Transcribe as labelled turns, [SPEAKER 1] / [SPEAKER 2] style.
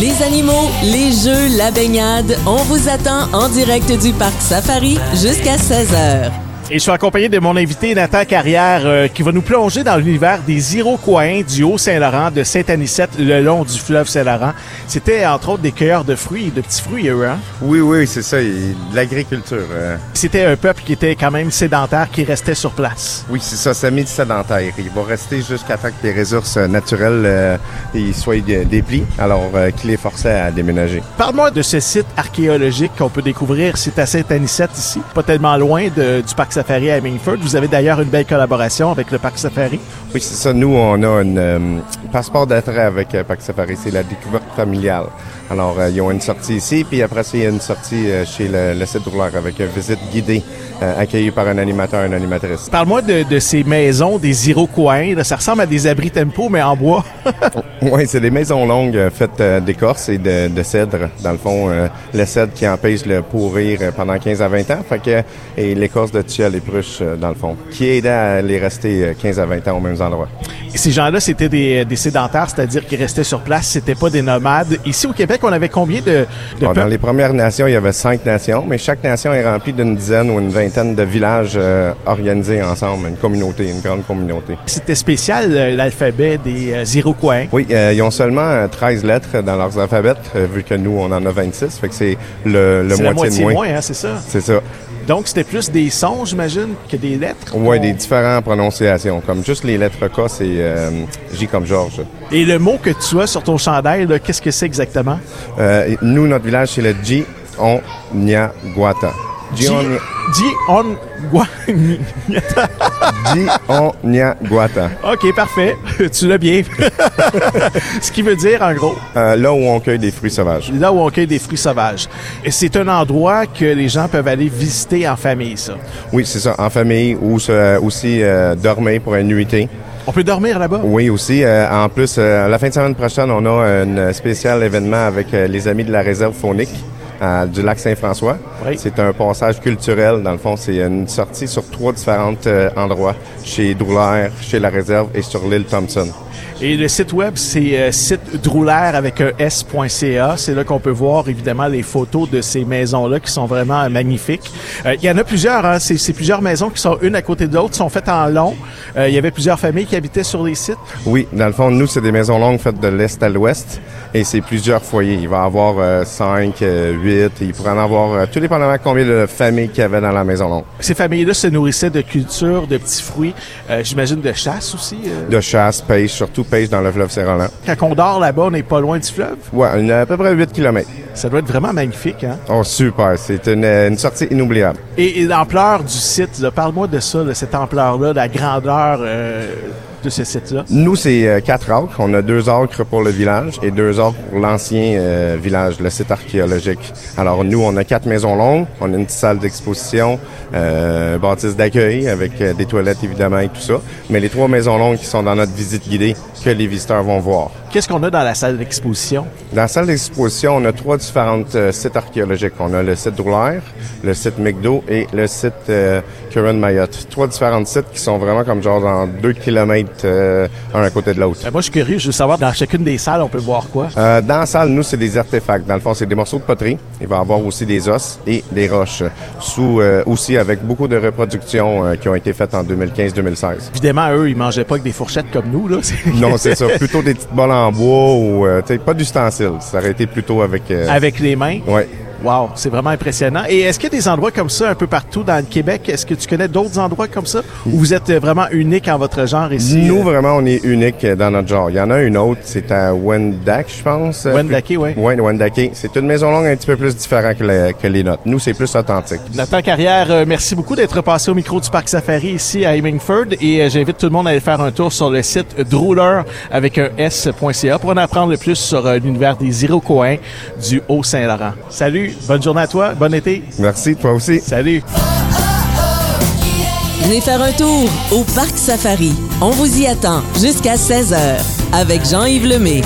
[SPEAKER 1] Les animaux, les jeux, la baignade, on vous attend en direct du parc Safari jusqu'à 16h.
[SPEAKER 2] Et je suis accompagné de mon invité Nathan Carrière euh, qui va nous plonger dans l'univers des Iroquois du Haut-Saint-Laurent, de Saint-Anicette, le long du fleuve Saint-Laurent. C'était entre autres des cueilleurs de fruits, de petits fruits, eux, hein?
[SPEAKER 3] Oui, oui, c'est ça, et l'agriculture. euh,
[SPEAKER 2] C'était un peuple qui était quand même sédentaire, qui restait sur place.
[SPEAKER 3] oui, c'est ça, ça mis sédentaire. Il va rester jusqu'à temps que les ressources euh, naturelles euh, ils soient euh, dépliées, alors euh, qui les forçait à déménager.
[SPEAKER 2] Parle-moi de ce site archéologique qu'on peut découvrir. C'est à Saint-Anicette ici, pas tellement loin de- du parc Safari à Mingford. Vous avez d'ailleurs une belle collaboration avec le parc Safari.
[SPEAKER 3] Oui, c'est ça, nous, on a un passeport d'attrait avec euh, Parc Safari, c'est la découverte familiale. Alors, euh, ils ont une sortie ici, puis après ça, il y a une sortie euh, chez le, le site rouleur avec une visite guidée euh, accueillie par un animateur, une animatrice.
[SPEAKER 2] Parle-moi de, de ces maisons des Iroquois. là. Ça ressemble à des abris tempo, mais en bois.
[SPEAKER 3] Oui, c'est des maisons longues euh, faites euh, d'écorce et de, de cèdre. Dans le fond, euh, le cèdre qui empêche le pourrir euh, pendant 15 à 20 ans, fait que, et l'écorce de tuile et pruche, euh, dans le fond, qui aide à les rester euh, 15 à 20 ans aux mêmes endroits.
[SPEAKER 2] Ces gens-là, c'était des, des sédentaires, c'est-à-dire qu'ils restaient sur place, c'était pas des nomades. Ici au Québec, on avait combien de, de
[SPEAKER 3] Bon, dans
[SPEAKER 2] peuples?
[SPEAKER 3] les Premières Nations, il y avait cinq nations, mais chaque nation est remplie d'une dizaine ou une vingtaine de villages euh, organisés ensemble, une communauté, une grande communauté.
[SPEAKER 2] C'était spécial, euh, l'alphabet des euh, Iroquois.
[SPEAKER 3] Oui, euh, ils ont seulement euh, 13 lettres dans leurs alphabets, euh, vu que nous, on en a 26, fait que c'est le, le
[SPEAKER 2] C'est
[SPEAKER 3] moitié,
[SPEAKER 2] la moitié
[SPEAKER 3] de moins.
[SPEAKER 2] moins, hein, c'est ça?
[SPEAKER 3] C'est ça.
[SPEAKER 2] Donc, c'était plus des sons, j'imagine, que des lettres.
[SPEAKER 3] Ouais,
[SPEAKER 2] On-
[SPEAKER 3] des différentes prononciations, comme juste les lettres K, c'est euh, J comme Georges.
[SPEAKER 2] Et le mot que tu as sur ton chandail, là, qu'est-ce que c'est exactement?
[SPEAKER 3] Euh, nous, notre village, c'est le Ji on nya guata. Ji on
[SPEAKER 2] Dis on... Gua-
[SPEAKER 3] Ji on nya guata.
[SPEAKER 2] OK, parfait. tu l'as bien. Ce qui veut dire, en gros,
[SPEAKER 3] Euh, là où on cueille des fruits sauvages.
[SPEAKER 2] là où on cueille des fruits sauvages. Et c'est un endroit que les gens peuvent aller visiter en famille, ça.
[SPEAKER 3] Oui, c'est ça, en famille ou se- aussi euh, dormir pour une nuitée.
[SPEAKER 2] On peut dormir là-bas?
[SPEAKER 3] Oui, aussi. euh, en plus, euh, la fin de semaine prochaine, on a un spécial événement avec euh, les amis de la réserve faunique euh, du lac Saint-François.
[SPEAKER 2] Oui.
[SPEAKER 3] C'est un passage culturel. Dans le fond, c'est une sortie sur trois différents euh, endroits, chez Droulaire, chez la réserve et sur l'île Thompson.
[SPEAKER 2] Et le site web, c'est euh, site droulaire avec un s.ca. C'est là qu'on peut voir évidemment les photos de ces maisons-là qui sont vraiment euh, magnifiques. Euh, Il y en a plusieurs, hein. c'est, c'est plusieurs maisons qui sont une à côté de l'autre, sont faites en long. Euh, Il y avait plusieurs familles qui habitaient sur les sites.
[SPEAKER 3] Oui, dans le fond, nous, c'est des maisons longues faites de l'est à l'ouest et c'est plusieurs foyers. Il va y avoir euh, cinq, euh, huit, il pourrait en avoir, euh, tout dépendamment combien de familles qu'il y avait dans la maison longue.
[SPEAKER 2] Ces familles-là se nourrissaient de cultures, de petits fruits, euh, j'imagine de chasse aussi. euh.
[SPEAKER 3] De chasse, pêche, surtout pêche dans le fleuve Saint-Roland.
[SPEAKER 2] Quand on dort là-bas, on n'est pas loin du fleuve.
[SPEAKER 3] Ouais, on a à peu près 8 kilomètres.
[SPEAKER 2] Ça doit être vraiment magnifique. Hein?
[SPEAKER 3] Oh, super. C'est une, euh, une sortie inoubliable.
[SPEAKER 2] Et, et l'ampleur du site, là, parle-moi de ça, de cette ampleur-là, de la grandeur euh, de ce site-là.
[SPEAKER 3] Nous, c'est euh, quatre acres. On a deux acres pour le village et deux acres pour l'ancien euh, village, le site archéologique. Alors, nous, on a quatre maisons longues. On a une petite salle d'exposition, euh, bâtisse d'accueil avec euh, des toilettes, évidemment, et tout ça. Mais les trois maisons longues qui sont dans notre visite guidée que les visiteurs vont voir.
[SPEAKER 2] Qu'est-ce qu'on a dans la salle d'exposition?
[SPEAKER 3] Dans la salle d'exposition, on a trois différents euh, sites archéologiques. On a le site Droulaire, le site McDo et le site euh, Curran Mayotte. Trois différents sites qui sont vraiment comme genre dans deux kilomètres euh, un à côté de l'autre.
[SPEAKER 2] Ben, moi, je suis curieux, je veux savoir, dans chacune des salles, on peut voir quoi?
[SPEAKER 3] Euh, dans la salle, nous, c'est des artefacts. Dans le fond, c'est des morceaux de poterie. Il va y avoir aussi des os et des roches. Sous, euh, aussi avec beaucoup de reproductions euh, qui ont été faites en 2015-2016.
[SPEAKER 2] Évidemment, eux, ils mangeaient pas que des fourchettes comme nous, là. C'est-
[SPEAKER 3] Non, c'est ça. Plutôt des petites balles en bois ou euh, tu sais, pas d'ustensiles. Ça aurait été plutôt avec... euh,
[SPEAKER 2] Avec les mains.
[SPEAKER 3] Ouais.
[SPEAKER 2] Wow, c'est vraiment impressionnant. Et est-ce qu'il y a des endroits comme ça un peu partout dans le Québec? Est-ce que tu connais d'autres endroits comme ça? Ou vous êtes euh, vraiment unique en votre genre ici?
[SPEAKER 3] Nous,
[SPEAKER 2] euh,
[SPEAKER 3] vraiment, on est unique euh, dans notre genre. Il y en a une autre, c'est à Wendak, je pense. euh,
[SPEAKER 2] Wendake,
[SPEAKER 3] plus-
[SPEAKER 2] ouais.
[SPEAKER 3] Ouais, Wendake. C'est une maison longue un petit peu plus différente que, la- que les nôtres. Nous, c'est plus authentique.
[SPEAKER 2] Nathan Carrière, euh, merci beaucoup d'être passé au micro du Parc Safari ici à Hemingford et euh, j'invite tout le monde à aller faire un tour sur le site drooler avec un s.ca pour en apprendre le plus sur euh, l'univers des Iroquois du Haut-Saint-Laurent. Salut, bonne journée à toi, bon été.
[SPEAKER 3] Merci, toi aussi.
[SPEAKER 2] Salut.
[SPEAKER 1] Venez faire un tour au parc Safari. On vous y attend jusqu'à 16h avec Jean-Yves Lemay.